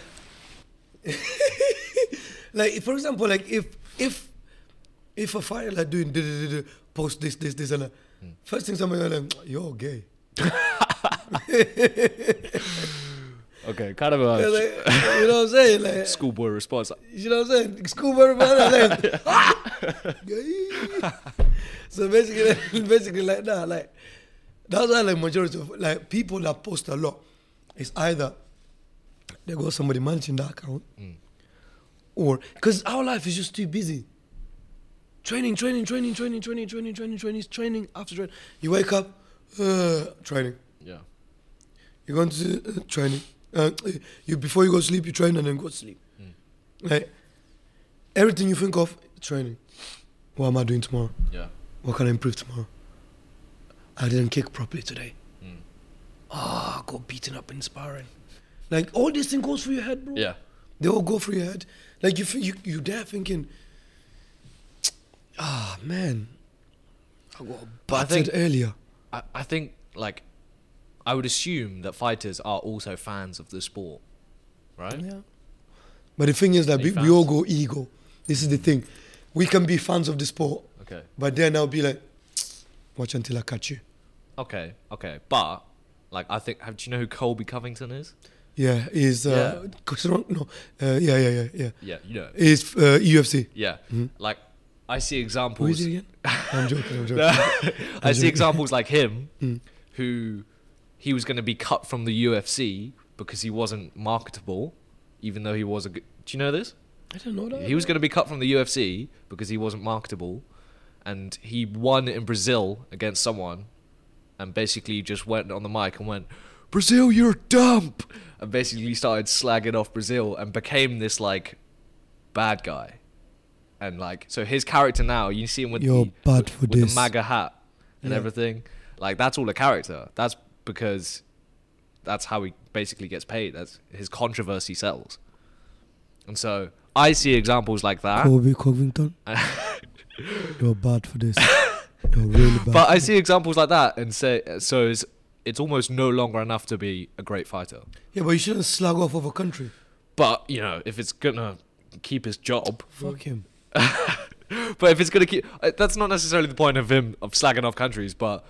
Speaker 3: (laughs) like for example, like if if if a fighter like doing da- da- da- da, post this this this and that, first thing somebody like you're gay. (laughs)
Speaker 1: Okay, kind of
Speaker 3: Yeah,
Speaker 1: a
Speaker 3: like, you know what I'm saying? Like,
Speaker 1: schoolboy response. Like,
Speaker 3: You know what I'm saying? Scuba brother, like, ah! so basically, basically like that, like that's why like majority of like people that post a lot, it's either they got somebody managing that account, or because our life is just too busy. Training, training, training, training, training, training, training, training, training after training. You wake up, uh, training.
Speaker 1: yeah,
Speaker 3: You're going to uh, training. Uh, you before you go to sleep, you train and then go to sleep.
Speaker 1: Mm.
Speaker 3: Like everything you think of, training. What am I doing tomorrow?
Speaker 1: yeah,
Speaker 3: What can I improve tomorrow? I didn't kick properly today.
Speaker 1: Mm.
Speaker 3: Ah, got beaten up in sparring. Like all this thing goes through your head, bro.
Speaker 1: yeah,
Speaker 3: They all go through your head. Like you, think- you, you there thinking, ah man, I got
Speaker 1: I
Speaker 3: battered
Speaker 1: think-
Speaker 3: earlier.
Speaker 1: I, I think like I would assume that fighters are also fans of the sport, right?
Speaker 3: Yeah. But the thing is that
Speaker 1: Are
Speaker 3: we,
Speaker 1: you
Speaker 3: we all go ego. This is the thing. We can be fans of the sport,
Speaker 1: Okay,
Speaker 3: but then I'll be like, watch until I catch you.
Speaker 1: okay, okay. But like, I think have, do you know who Colby Covington is?
Speaker 3: Yeah, is
Speaker 1: Yeah.
Speaker 3: uh, Cos- no, uh, yeah, yeah, yeah, yeah.
Speaker 1: Yeah, you know. Mm-hmm.
Speaker 3: Is uh, UFC?
Speaker 1: Yeah, like I see
Speaker 3: Who
Speaker 1: examples.
Speaker 3: is it again? (laughs) I'm joking. I'm joking.
Speaker 1: (laughs) I see examples like him, who he was going to be cut from the UFC because he wasn't marketable, even though he was a. Good, do you know this?
Speaker 3: I don't know that.
Speaker 1: He was going to be cut from the UFC because he wasn't marketable, and he won in Brazil against someone, and basically just went on the mic and went, Brazil, you're a dump, and basically started slagging off Brazil and became this like bad guy, and like so his character now you see him with
Speaker 3: You're
Speaker 1: the,
Speaker 3: bad for
Speaker 1: with
Speaker 3: this.
Speaker 1: the MAGA hat and
Speaker 3: Yeah.
Speaker 1: everything, like that's all a character. That's because that's how he basically gets paid. That's his controversy sells, and so I see examples like that. (laughs)
Speaker 3: Kobe Covington. You're bad for (laughs) this. You're really bad.
Speaker 1: But I see examples like that, and say so it's, it's almost no longer enough to be a great fighter.
Speaker 3: yeah, but you shouldn't slag off of a country.
Speaker 1: But you know, if it's gonna keep his job,
Speaker 3: Fuck him.
Speaker 1: (laughs) but if it's gonna keep, uh, that's not necessarily the point of him of slagging off countries. But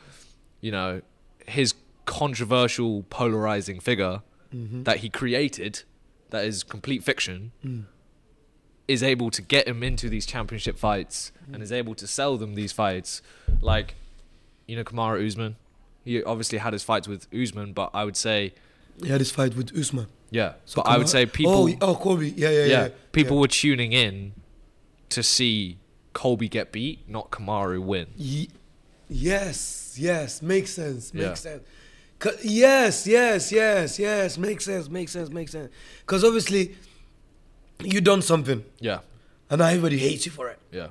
Speaker 1: you know, his controversial, polarizing figure
Speaker 3: Mm-hmm.
Speaker 1: that he created, that is complete fiction,
Speaker 3: Mm.
Speaker 1: is able to get him into these championship fights
Speaker 3: Mm.
Speaker 1: and is able to sell them these fights. Like, you know, Kamara Usman. He obviously had his fights with Usman, but I would say,
Speaker 3: He had his fight with Usman.
Speaker 1: yeah.
Speaker 3: So
Speaker 1: but I would
Speaker 3: Kamara-
Speaker 1: say people,
Speaker 3: Oh, oh, Kobe. Yeah, yeah, yeah.
Speaker 1: yeah,
Speaker 3: yeah.
Speaker 1: people were tuning in to see Colby get beat, not Kamaru win.
Speaker 3: Ye- yes, yes, makes sense, makes
Speaker 1: Yeah.
Speaker 3: sense. 'Cause- yes, yes, yes, yes, makes sense, makes sense, makes sense. Because obviously, you done something,
Speaker 1: Yeah,
Speaker 3: and now everybody hates you for it.
Speaker 1: yeah,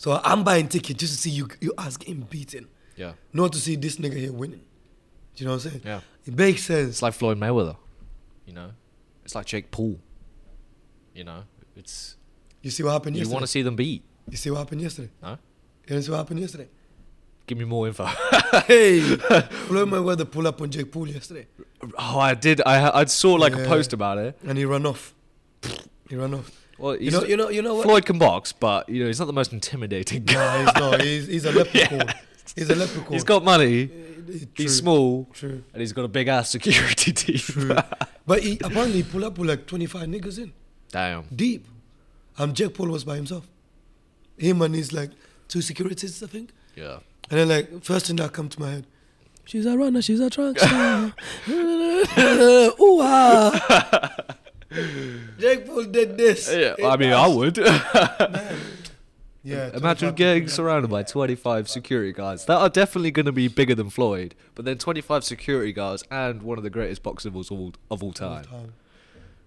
Speaker 3: So I'm buying ticket just to see you you ass getting beaten,
Speaker 1: yeah.
Speaker 3: not to see this nigga here winning. Do you know what I'm saying?
Speaker 1: Yeah.
Speaker 3: It makes sense.
Speaker 1: It's like Floyd Mayweather, you know. It's like Jake Paul, you know. It's
Speaker 3: you see what happened
Speaker 1: you
Speaker 3: yesterday.
Speaker 1: want to see them beat,
Speaker 3: you see what happened yesterday.
Speaker 1: no?
Speaker 3: You see what happened yesterday.
Speaker 1: Give me more info.
Speaker 3: (laughs) hey, Floyd Mayweather pulled up on Jake Paul yesterday,
Speaker 1: (laughs) oh, I did. I I saw like a
Speaker 3: Yeah.
Speaker 1: post about it.
Speaker 3: and he ran off. He ran off.
Speaker 1: Well,
Speaker 3: You know, you know, you know what?
Speaker 1: Floyd can box, but you know he's not the most intimidating (laughs) guy.
Speaker 3: No, he's not. He's, he's a
Speaker 1: (laughs)
Speaker 3: leprechaun. He's a leprechaun.
Speaker 1: He's got money.
Speaker 3: True,
Speaker 1: He's small,
Speaker 3: True.
Speaker 1: and he's got a big ass security team.
Speaker 3: True. but he apparently he pulled up with like 25 niggas in.
Speaker 1: (laughs) Damn.
Speaker 3: Deep. And Jack Paul was by himself. Him and his like two securities, I think.
Speaker 1: Yeah.
Speaker 3: And then like first thing that come to my head. She's a runner, she's a
Speaker 1: (laughs)
Speaker 3: track star. (laughs) Ooh, ah. Jake Paul did this.
Speaker 1: Yeah, I mean, I
Speaker 3: (laughs)
Speaker 1: would.
Speaker 3: Yeah,
Speaker 1: Imagine
Speaker 3: 25
Speaker 1: getting
Speaker 3: people.
Speaker 1: surrounded by 25 security guards that are definitely going to be bigger than Floyd, but then 25 security guards and one of the greatest boxers of all, of all time.
Speaker 3: time.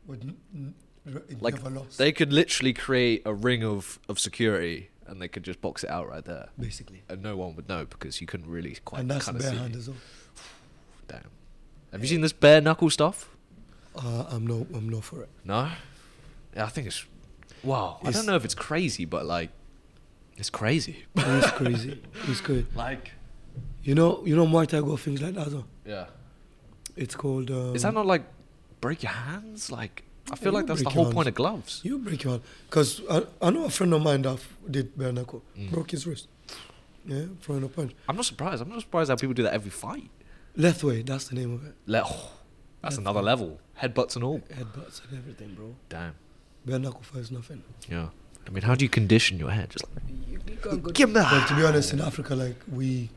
Speaker 3: Would n- n- it
Speaker 1: Like,
Speaker 3: never lost.
Speaker 1: they could literally create a ring of, of security and they could just box it out right there.
Speaker 3: basically.
Speaker 1: And no one would know because you couldn't really quite
Speaker 3: And that's
Speaker 1: kind of see.
Speaker 3: barehand as well.
Speaker 1: Damn. Have you seen this bare knuckle stuff?
Speaker 3: Uh, I'm no, I'm not for it.
Speaker 1: No? Yeah, I think it's. Wow. I
Speaker 3: It's-
Speaker 1: don't know if it's crazy, but like, it's crazy.
Speaker 3: It's crazy. It's crazy.
Speaker 1: like,
Speaker 3: You know, you know, Muay Thai got things like that. Though.
Speaker 1: yeah.
Speaker 3: It's called. Um,
Speaker 1: Is that not like break your hands? Like I feel
Speaker 3: you
Speaker 1: like that's the
Speaker 3: break
Speaker 1: whole
Speaker 3: your
Speaker 1: point
Speaker 3: hands.
Speaker 1: of gloves.
Speaker 3: You break your hand, cause I, I know a friend of mine that f- did bare knuckle,
Speaker 1: Mm.
Speaker 3: broke his wrist. Yeah, throwing a punch.
Speaker 1: I'm not surprised. I'm not surprised how people do that every fight.
Speaker 3: Left way, that's the name of it.
Speaker 1: Let that's another level. Headbutts and all.
Speaker 3: Headbutts and everything, bro.
Speaker 1: Damn.
Speaker 3: Bare knuckle fight is nothing.
Speaker 1: Yeah. I mean, how do you condition your head? Just like give me
Speaker 3: But to
Speaker 1: that.
Speaker 3: be honest, in Africa, like we,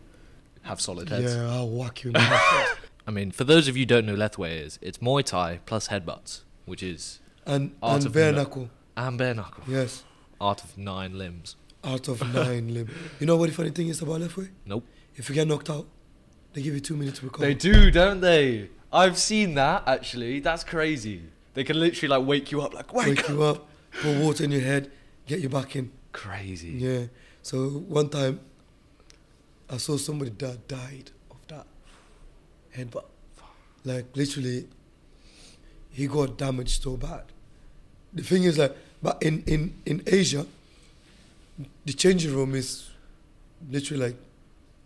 Speaker 1: Have solid heads.
Speaker 3: yeah, I'll whack you. In
Speaker 1: (laughs)
Speaker 3: the head.
Speaker 1: I mean, for those of you who don't know, Lethway is it's Muay Thai plus headbutts, which is
Speaker 3: and
Speaker 1: Art
Speaker 3: and
Speaker 1: of
Speaker 3: bare
Speaker 1: knuck-
Speaker 3: knuckle,
Speaker 1: and bare knuckle.
Speaker 3: yes,
Speaker 1: Art of nine limbs.
Speaker 3: out of nine limb. You know what the funny thing is about left way?
Speaker 1: Nope.
Speaker 3: If you get knocked out, they give you two minutes to recover.
Speaker 1: They do, don't they? I've seen that actually. That's crazy. They can literally like wake you up, like wake,
Speaker 3: wake
Speaker 1: up.
Speaker 3: you up, pour water in your head, get you back in.
Speaker 1: Crazy.
Speaker 3: Yeah. So one time, I saw somebody that died of that headbutt. Like literally, he got damaged so bad. The thing is like, but in in in Asia, the changing room is literally like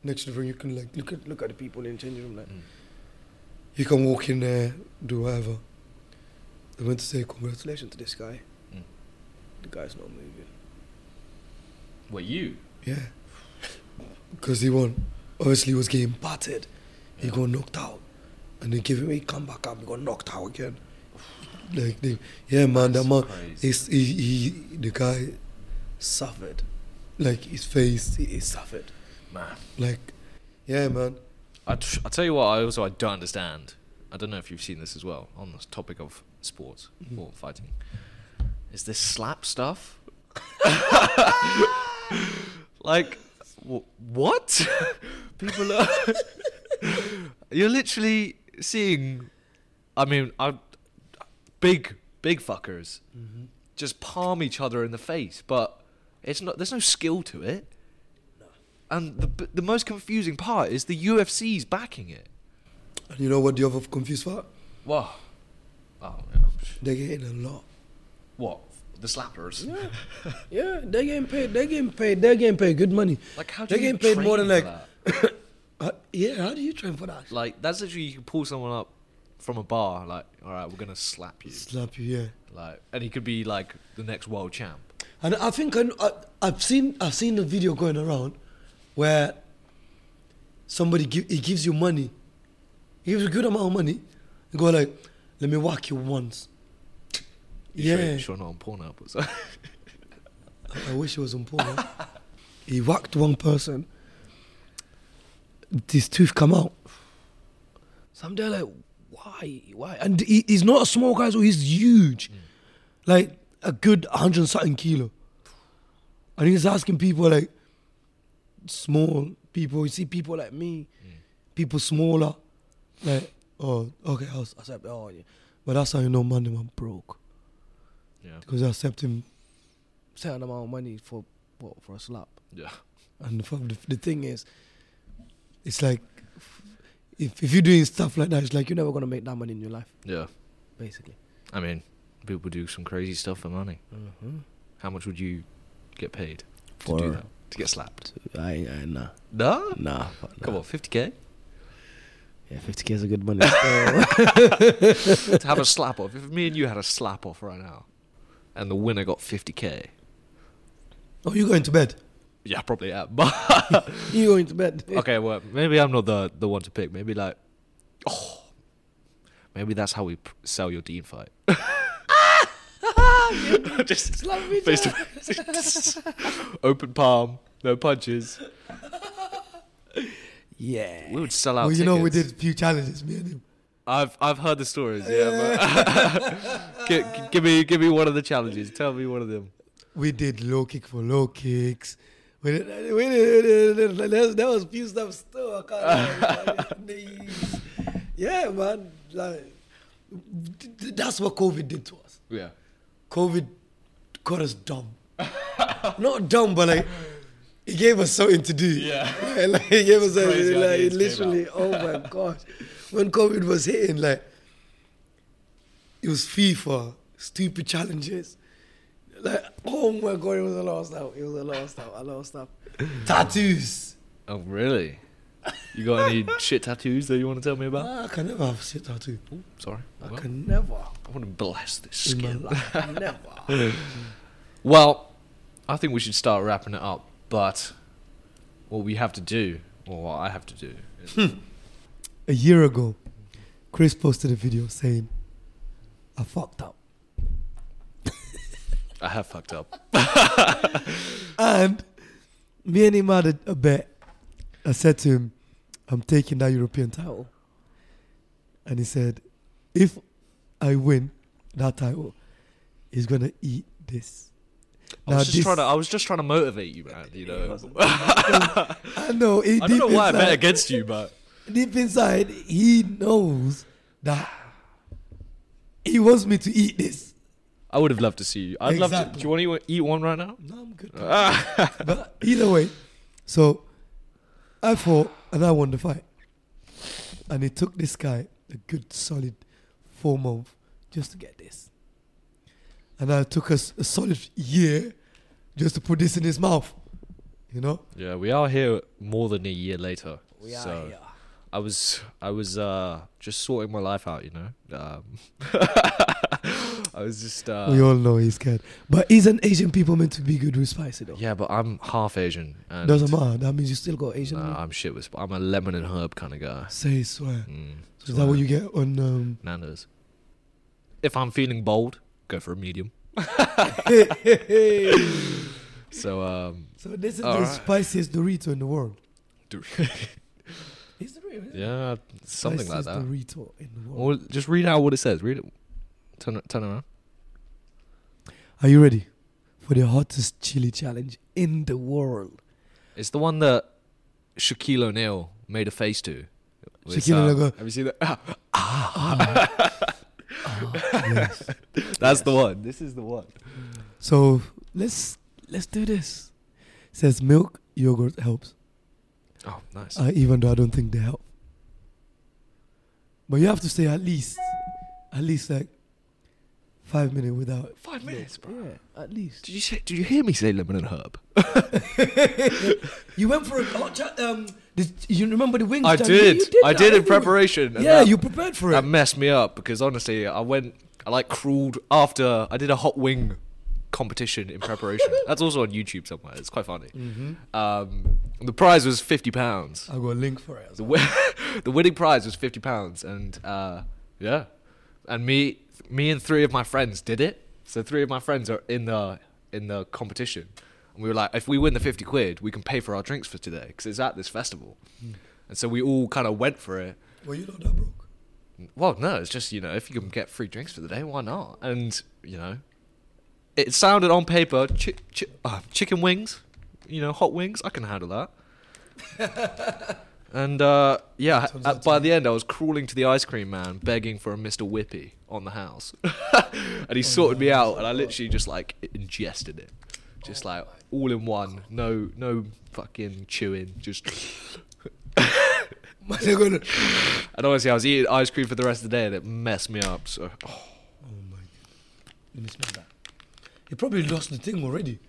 Speaker 3: next to the room. You can like look at look at the people in the changing room. Like, you can walk in there, do whatever. They went to say congratulations to this guy.
Speaker 1: Mm.
Speaker 3: The guy's not moving.
Speaker 1: What you?
Speaker 3: Yeah. Because he won. Obviously, he was getting battered. He got knocked out. And they give him, he come back up, he got knocked out again. Like, they, yeah, man, that
Speaker 1: That's
Speaker 3: man,
Speaker 1: crazy.
Speaker 3: he's, he, he, the guy suffered. Like, his face, he, he suffered.
Speaker 1: Man.
Speaker 3: Like, yeah, man.
Speaker 1: I, t- I tell you what, I also I don't understand. I don't know if you've seen this as well on this topic of sports or fighting. Is this slap stuff? like, (laughs) w- what? People are. (laughs) You're literally seeing, I mean, I, big big fuckers just palm each other in the face, but it's not. There's no skill to it. And the b- the most confusing part is the UFC's backing it.
Speaker 3: And you know what the other confused part?
Speaker 1: Wow. Oh, yeah.
Speaker 3: They get hit a lot.
Speaker 1: What? The slappers?
Speaker 3: Yeah, they getting paid. They getting paid. They getting paid good money.
Speaker 1: Like how do
Speaker 3: they
Speaker 1: you
Speaker 3: getting paid more
Speaker 1: train
Speaker 3: than
Speaker 1: for
Speaker 3: like.
Speaker 1: that?
Speaker 3: (laughs) Uh, yeah, how do you train for that?
Speaker 1: Like that's literally you can pull someone up from a bar. Like, all right, we're gonna slap you.
Speaker 3: Slap you, yeah.
Speaker 1: Like, and he could be like the next world champ.
Speaker 3: And I think I, I, I've seen I've seen a video going around where somebody give, he gives you money, he gives you a good amount of money, and go like, let me whack you once.
Speaker 1: You sure-
Speaker 3: Yeah,
Speaker 1: sure not on Pornhub or something.
Speaker 3: I, I wish it was on porn. he whacked one person. His tooth come out. So I'm there like, why, why? And he, he's not a small guy, so he's huge, like a good 100 and something kilo. And he's asking people like, small people. You see people like me, people smaller. Like, oh, okay, I'll s- accept. Oh, yeah. But that's how you know money man broke
Speaker 1: (laughs) yeah.
Speaker 3: because I accept him certain amount of money for what for a slap.
Speaker 1: Yeah.
Speaker 3: And the, fu- the, the thing is, it's like if if you're doing stuff like that, it's like you're never gonna make that money in your life,
Speaker 1: Yeah.
Speaker 3: basically.
Speaker 1: I mean, people do some crazy stuff for money.
Speaker 3: Mm-hmm.
Speaker 1: How much would you get paid to do that? To get slapped?
Speaker 3: I, I nah
Speaker 1: No.
Speaker 3: nah.
Speaker 1: Come on, 50k
Speaker 3: yeah, fifty k is a good money.
Speaker 1: to have a slap off. If me and you had a slap off right now, and the winner got 50k,
Speaker 3: oh, you going to bed?
Speaker 1: yeah, probably yeah. (laughs) But
Speaker 3: (laughs) You going to bed?
Speaker 1: okay, well, maybe I'm not the the one to pick. Maybe like, oh, maybe that's how we p- sell your Dean fight. Just
Speaker 3: Slap
Speaker 1: (laughs)
Speaker 3: me
Speaker 1: face to face, open palm, no punches.
Speaker 3: Yeah.
Speaker 1: We would sell out.
Speaker 3: Well, you know, we
Speaker 1: tickets.
Speaker 3: did a few challenges, me and him.
Speaker 1: I've I've heard the stories. Yeah, but (laughs) Gi- gi- give me give me one of the challenges. Tell me one of them.
Speaker 3: We did low kick for low kicks. We did, we did, we did- there was- there was few stuff still. I can't (laughs) remember. yeah, man. Like, th- th- that's what COVID did to us.
Speaker 1: Yeah.
Speaker 3: COVID got us dumb. (laughs) Not dumb, but like it gave us something to do.
Speaker 1: Yeah.
Speaker 3: (laughs) like, it gave us
Speaker 1: Crazy
Speaker 3: something. Like,
Speaker 1: ideas
Speaker 3: it
Speaker 1: came
Speaker 3: literally, oh
Speaker 1: (laughs)
Speaker 3: my gosh. When COVID was hitting, like it was FIFA, stupid challenges. Like, oh my god, it was a lot of stuff. It was a lot of stuff. A lot of stuff. Tattoos.
Speaker 1: Oh really? You got
Speaker 3: (laughs)
Speaker 1: any shit tattoos that you want to tell me about?
Speaker 3: Ah, I can never have a shit tattoo.
Speaker 1: Sorry,
Speaker 3: I
Speaker 1: Well,
Speaker 3: can never.
Speaker 1: I want to bless this
Speaker 3: In my
Speaker 1: skin.
Speaker 3: life, never.
Speaker 1: Well, I think we should start wrapping it up. But what we have to do, or what I have to do, is
Speaker 3: a year ago, Chris posted a video saying, I fucked up.
Speaker 1: I have fucked up.
Speaker 3: And me and him had a, a bet. I said to him, I'm taking that European title. And he said, if I win that title, he's going to eat this.
Speaker 1: I was just trying to. I was just trying to motivate you, man. You (laughs) know.
Speaker 3: I know, it,
Speaker 1: I don't
Speaker 3: deep
Speaker 1: know why I
Speaker 3: inside,
Speaker 1: bet against you, but
Speaker 3: Deep inside, he knows that he wants me to eat this.
Speaker 1: I would have loved to see you. I'd love to.
Speaker 3: Exactly.
Speaker 1: Do you want to eat one right
Speaker 3: (laughs)
Speaker 1: now?
Speaker 3: No, I'm good. but either way, so I fought and I won the fight. And it took this guy a good solid four months just to get this. And I took us a solid year just to put this in his mouth. You know?
Speaker 1: Yeah, we are here more than a year later. so I was I was uh just sorting my life out, you know. Um, (laughs) I was just uh
Speaker 3: we all know he's scared. But isn't Asian people meant to be good with spicy though?
Speaker 1: yeah, but I'm half Asian and
Speaker 3: Doesn't matter. That means you still got Asian.
Speaker 1: nah, I'm shit with sp- I'm a lemon and herb kind of guy.
Speaker 3: Say swear.
Speaker 1: Mm,
Speaker 3: So is that what you get on um,
Speaker 1: Nando's. If I'm feeling bold, go for a medium. So um
Speaker 3: (laughs) So this is the
Speaker 1: Alright.
Speaker 3: spiciest Dorito in the world.
Speaker 1: do- (laughs)
Speaker 3: It's the real, yeah.
Speaker 1: yeah, something like
Speaker 3: Spiciest
Speaker 1: that.
Speaker 3: Dorito in the world.
Speaker 1: Well, just read out what it says. Read it. Turn it- turn around.
Speaker 3: Are you ready for the hottest chili challenge in the world?
Speaker 1: It's the one that Shaquille O'Neal made a face to. um, Ah. It's,
Speaker 3: Shaquille O'Neal Ah, go-
Speaker 1: (laughs) Have you seen that? (laughs) That's the one. This is the one.
Speaker 3: So let's let's do this. Says milk yogurt helps,
Speaker 1: Oh, nice.
Speaker 3: uh, even though I don't think they help. But you have to stay at least, at least like five minutes without.
Speaker 1: Five minutes, bro.
Speaker 3: Yeah, at
Speaker 1: (laughs)
Speaker 3: least.
Speaker 1: Did you say? Did you hear me say lemon and herb?
Speaker 3: You went for a hot chat. Um, did you remember the wings?
Speaker 1: I
Speaker 3: that you-
Speaker 1: did.
Speaker 3: you
Speaker 1: I
Speaker 3: that,
Speaker 1: did in
Speaker 3: didn't you?
Speaker 1: preparation. and
Speaker 3: Yeah,
Speaker 1: that-
Speaker 3: you prepared for
Speaker 1: That
Speaker 3: it.
Speaker 1: messed me up because honestly, I went. I like crawled after I did a hot wing competition in
Speaker 3: (laughs)
Speaker 1: preparation. That's also on YouTube somewhere. It's quite funny.
Speaker 3: Mm-hmm.
Speaker 1: Um, the prize was fifty pounds.
Speaker 3: I got a link for it.
Speaker 1: The, win- (laughs) the winning prize was fifty pounds, and uh, yeah, and me, me and three of my friends did it. So three of my friends are in the in the competition, and we were like, if we win the fifty quid, we can pay for our drinks for today because it's at this festival. And so we all kind of went for it.
Speaker 3: Well, you know that (laughs) broke.
Speaker 1: Well, no, it's just you know if you can get free drinks for the day, why not? And you know, it sounded on paper chi- chi- uh, chicken wings, you know, hot wings. I can handle that. and uh, yeah,
Speaker 3: Turns
Speaker 1: at-
Speaker 3: out
Speaker 1: by the end, I was crawling to the ice cream man, begging for a Mister Whippy on the house, (laughs) and he sorted me out, and I literally just like ingested it, just like all in one, no, no fucking chewing, just. (laughs)
Speaker 3: They're gonna-
Speaker 1: And honestly, I was eating ice cream for the rest of the day, and it messed me up. So, oh,
Speaker 3: Oh my god. Let me smell that. You probably lost the thing already.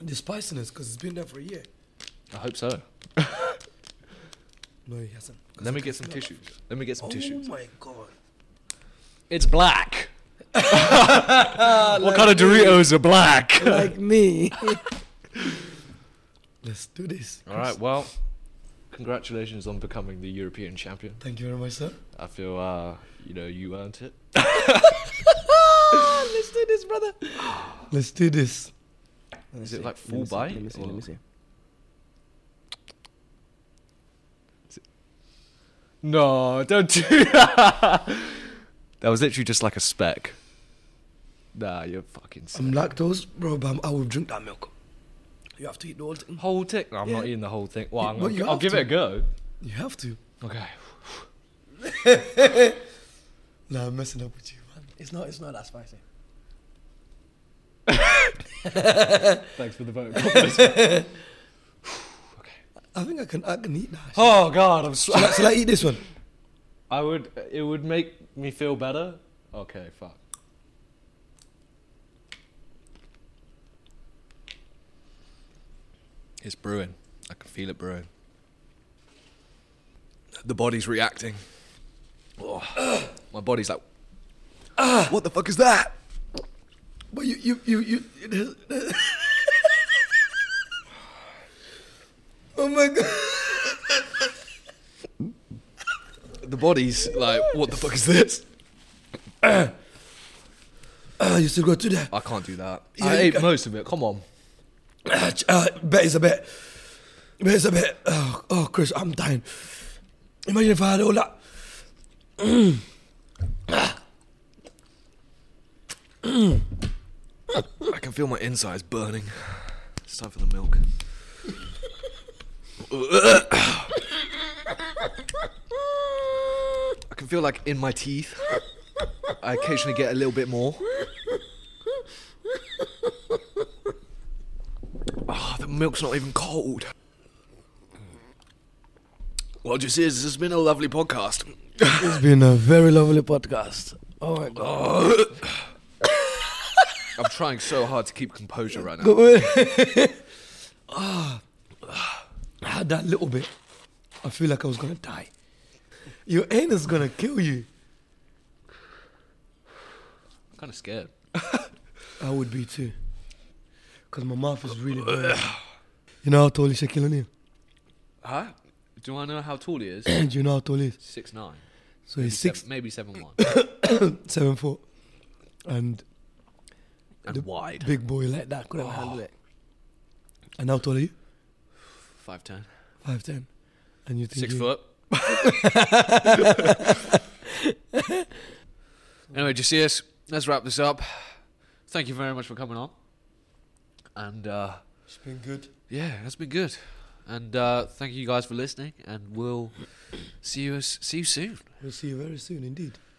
Speaker 3: The spiciness, because it's been there for a year.
Speaker 1: I hope so.
Speaker 3: No, he hasn't. 'cause I
Speaker 1: Let me
Speaker 3: can
Speaker 1: get some
Speaker 3: smell it.
Speaker 1: tissues. Let me get some
Speaker 3: Oh
Speaker 1: tissues.
Speaker 3: my god.
Speaker 1: It's (laughs) black. what kind of Doritos are black?
Speaker 3: Like me. (laughs) Let's do this.
Speaker 1: All right. Well, congratulations on becoming the European champion.
Speaker 3: Thank you very much, sir.
Speaker 1: I feel, uh, you know, you earned it.
Speaker 3: Let's do this, brother. Let's do this.
Speaker 1: Is it like full bite?
Speaker 2: Let me see. Let
Speaker 1: or-
Speaker 2: me see.
Speaker 1: No, don't do (laughs) that. that was literally just like a speck. Nah, you're fucking sick.
Speaker 3: I'm lactose, bro, but I'm- i will drink that milk. You have to eat the whole thing.
Speaker 1: whole thing. No, I'm not
Speaker 3: Yeah.
Speaker 1: eating the whole thing. Well, I'm,
Speaker 3: well, you
Speaker 1: I'll, I'll
Speaker 3: have
Speaker 1: give
Speaker 3: to.
Speaker 1: it a go.
Speaker 3: You have to.
Speaker 1: Okay.
Speaker 3: Nah, I'm messing up with you, man. It's not. It's not that spicy.
Speaker 1: Thanks for the vote. (laughs) okay.
Speaker 3: I think I can. I can eat that.
Speaker 1: Oh God, I'm. Sw-
Speaker 3: Shall I, shall I eat this one?
Speaker 1: I would. It would make me feel better. Okay, fuck. It's brewing. I can feel it brewing. The body's reacting. Oh, my body's like, what the fuck is that?
Speaker 3: But you, you, you, you. It has, oh my god!
Speaker 1: The body's like, what the fuck is this?
Speaker 3: Ah, you still got to that.
Speaker 1: I can't do that.
Speaker 3: Yeah,
Speaker 1: I
Speaker 3: you
Speaker 1: ate
Speaker 3: can-
Speaker 1: most of it. Come on.
Speaker 3: Ah, ch- ah, bet is a bet. Bet is a bet. Oh, oh, Chris, I'm dying. Imagine if I had all that.
Speaker 1: I can feel my insides burning. It's time for the milk. I can feel like in my teeth. I occasionally get a little bit more. Ah, the milk's not even cold. Well, just is. This has been a lovely podcast.
Speaker 3: It's been a very lovely podcast. Oh my god! (laughs)
Speaker 1: I'm trying so hard to keep composure right now.
Speaker 3: Ah, I had that little bit. I feel like I was gonna die. Your anus gonna kill you.
Speaker 1: I'm kind of scared.
Speaker 3: I would be too. Because my mouth is really burning. You know how tall is Shaquille O'Neal? (clears throat)
Speaker 1: Huh? Do I know how tall he is?
Speaker 3: (coughs) Do you know how tall he is?
Speaker 1: Six nine.
Speaker 3: So he's six,
Speaker 1: maybe seven
Speaker 3: (coughs)
Speaker 1: one,
Speaker 3: seven foot. And
Speaker 1: and wide.
Speaker 3: big boy like that couldn't handle it. And how tall are you?
Speaker 1: Five ten.
Speaker 3: Five ten. And you think
Speaker 1: Six
Speaker 3: you- (laughs)
Speaker 1: foot. anyway, Jacius, let's wrap this up. Thank you very much for coming on. And uh,
Speaker 3: It's been good.
Speaker 1: yeah, that's been good. And uh, thank you guys for listening, and we'll see you see you soon.
Speaker 3: We'll see you very soon indeed.